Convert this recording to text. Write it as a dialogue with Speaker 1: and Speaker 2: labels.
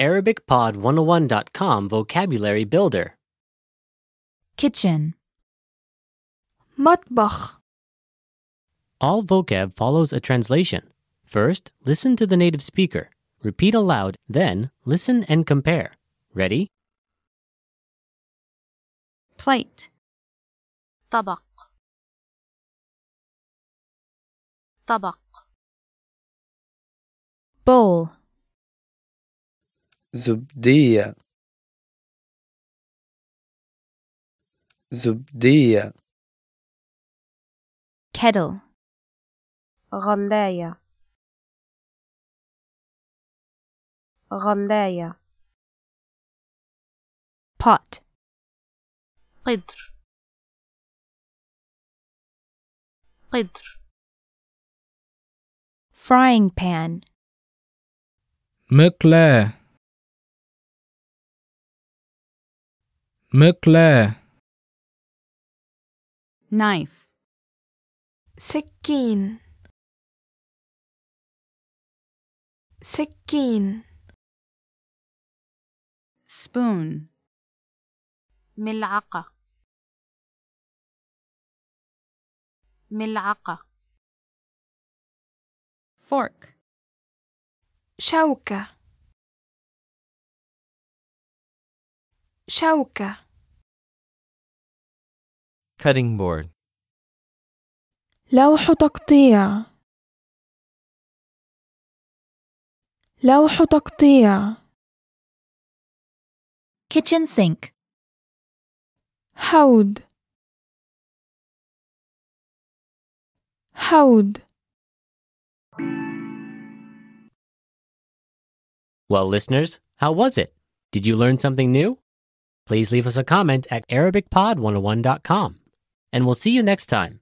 Speaker 1: ArabicPod101.com Vocabulary Builder.
Speaker 2: kitchen مطبخ
Speaker 1: All vocab follows a translation. First, listen to the native speaker. Repeat aloud, then, listen and compare. Ready?
Speaker 2: plate
Speaker 3: طبق طبق
Speaker 2: bowl
Speaker 4: زبدية زبدية
Speaker 2: kettle
Speaker 3: غلاية غلاية
Speaker 2: pot
Speaker 3: قدر قدر
Speaker 2: frying pan
Speaker 5: مقلاة مقلاة
Speaker 2: knife سكين سكين spoon
Speaker 3: ملعقة ملعقة
Speaker 2: fork شوكة شوكة
Speaker 6: cutting board,
Speaker 7: لوح تقطيع لوح تقطيع
Speaker 2: kitchen sink
Speaker 7: حوض حوض
Speaker 1: Well, listeners, how was it? Did you learn something new? oh Please leave us a comment at ArabicPod101.com. And we'll see you next time.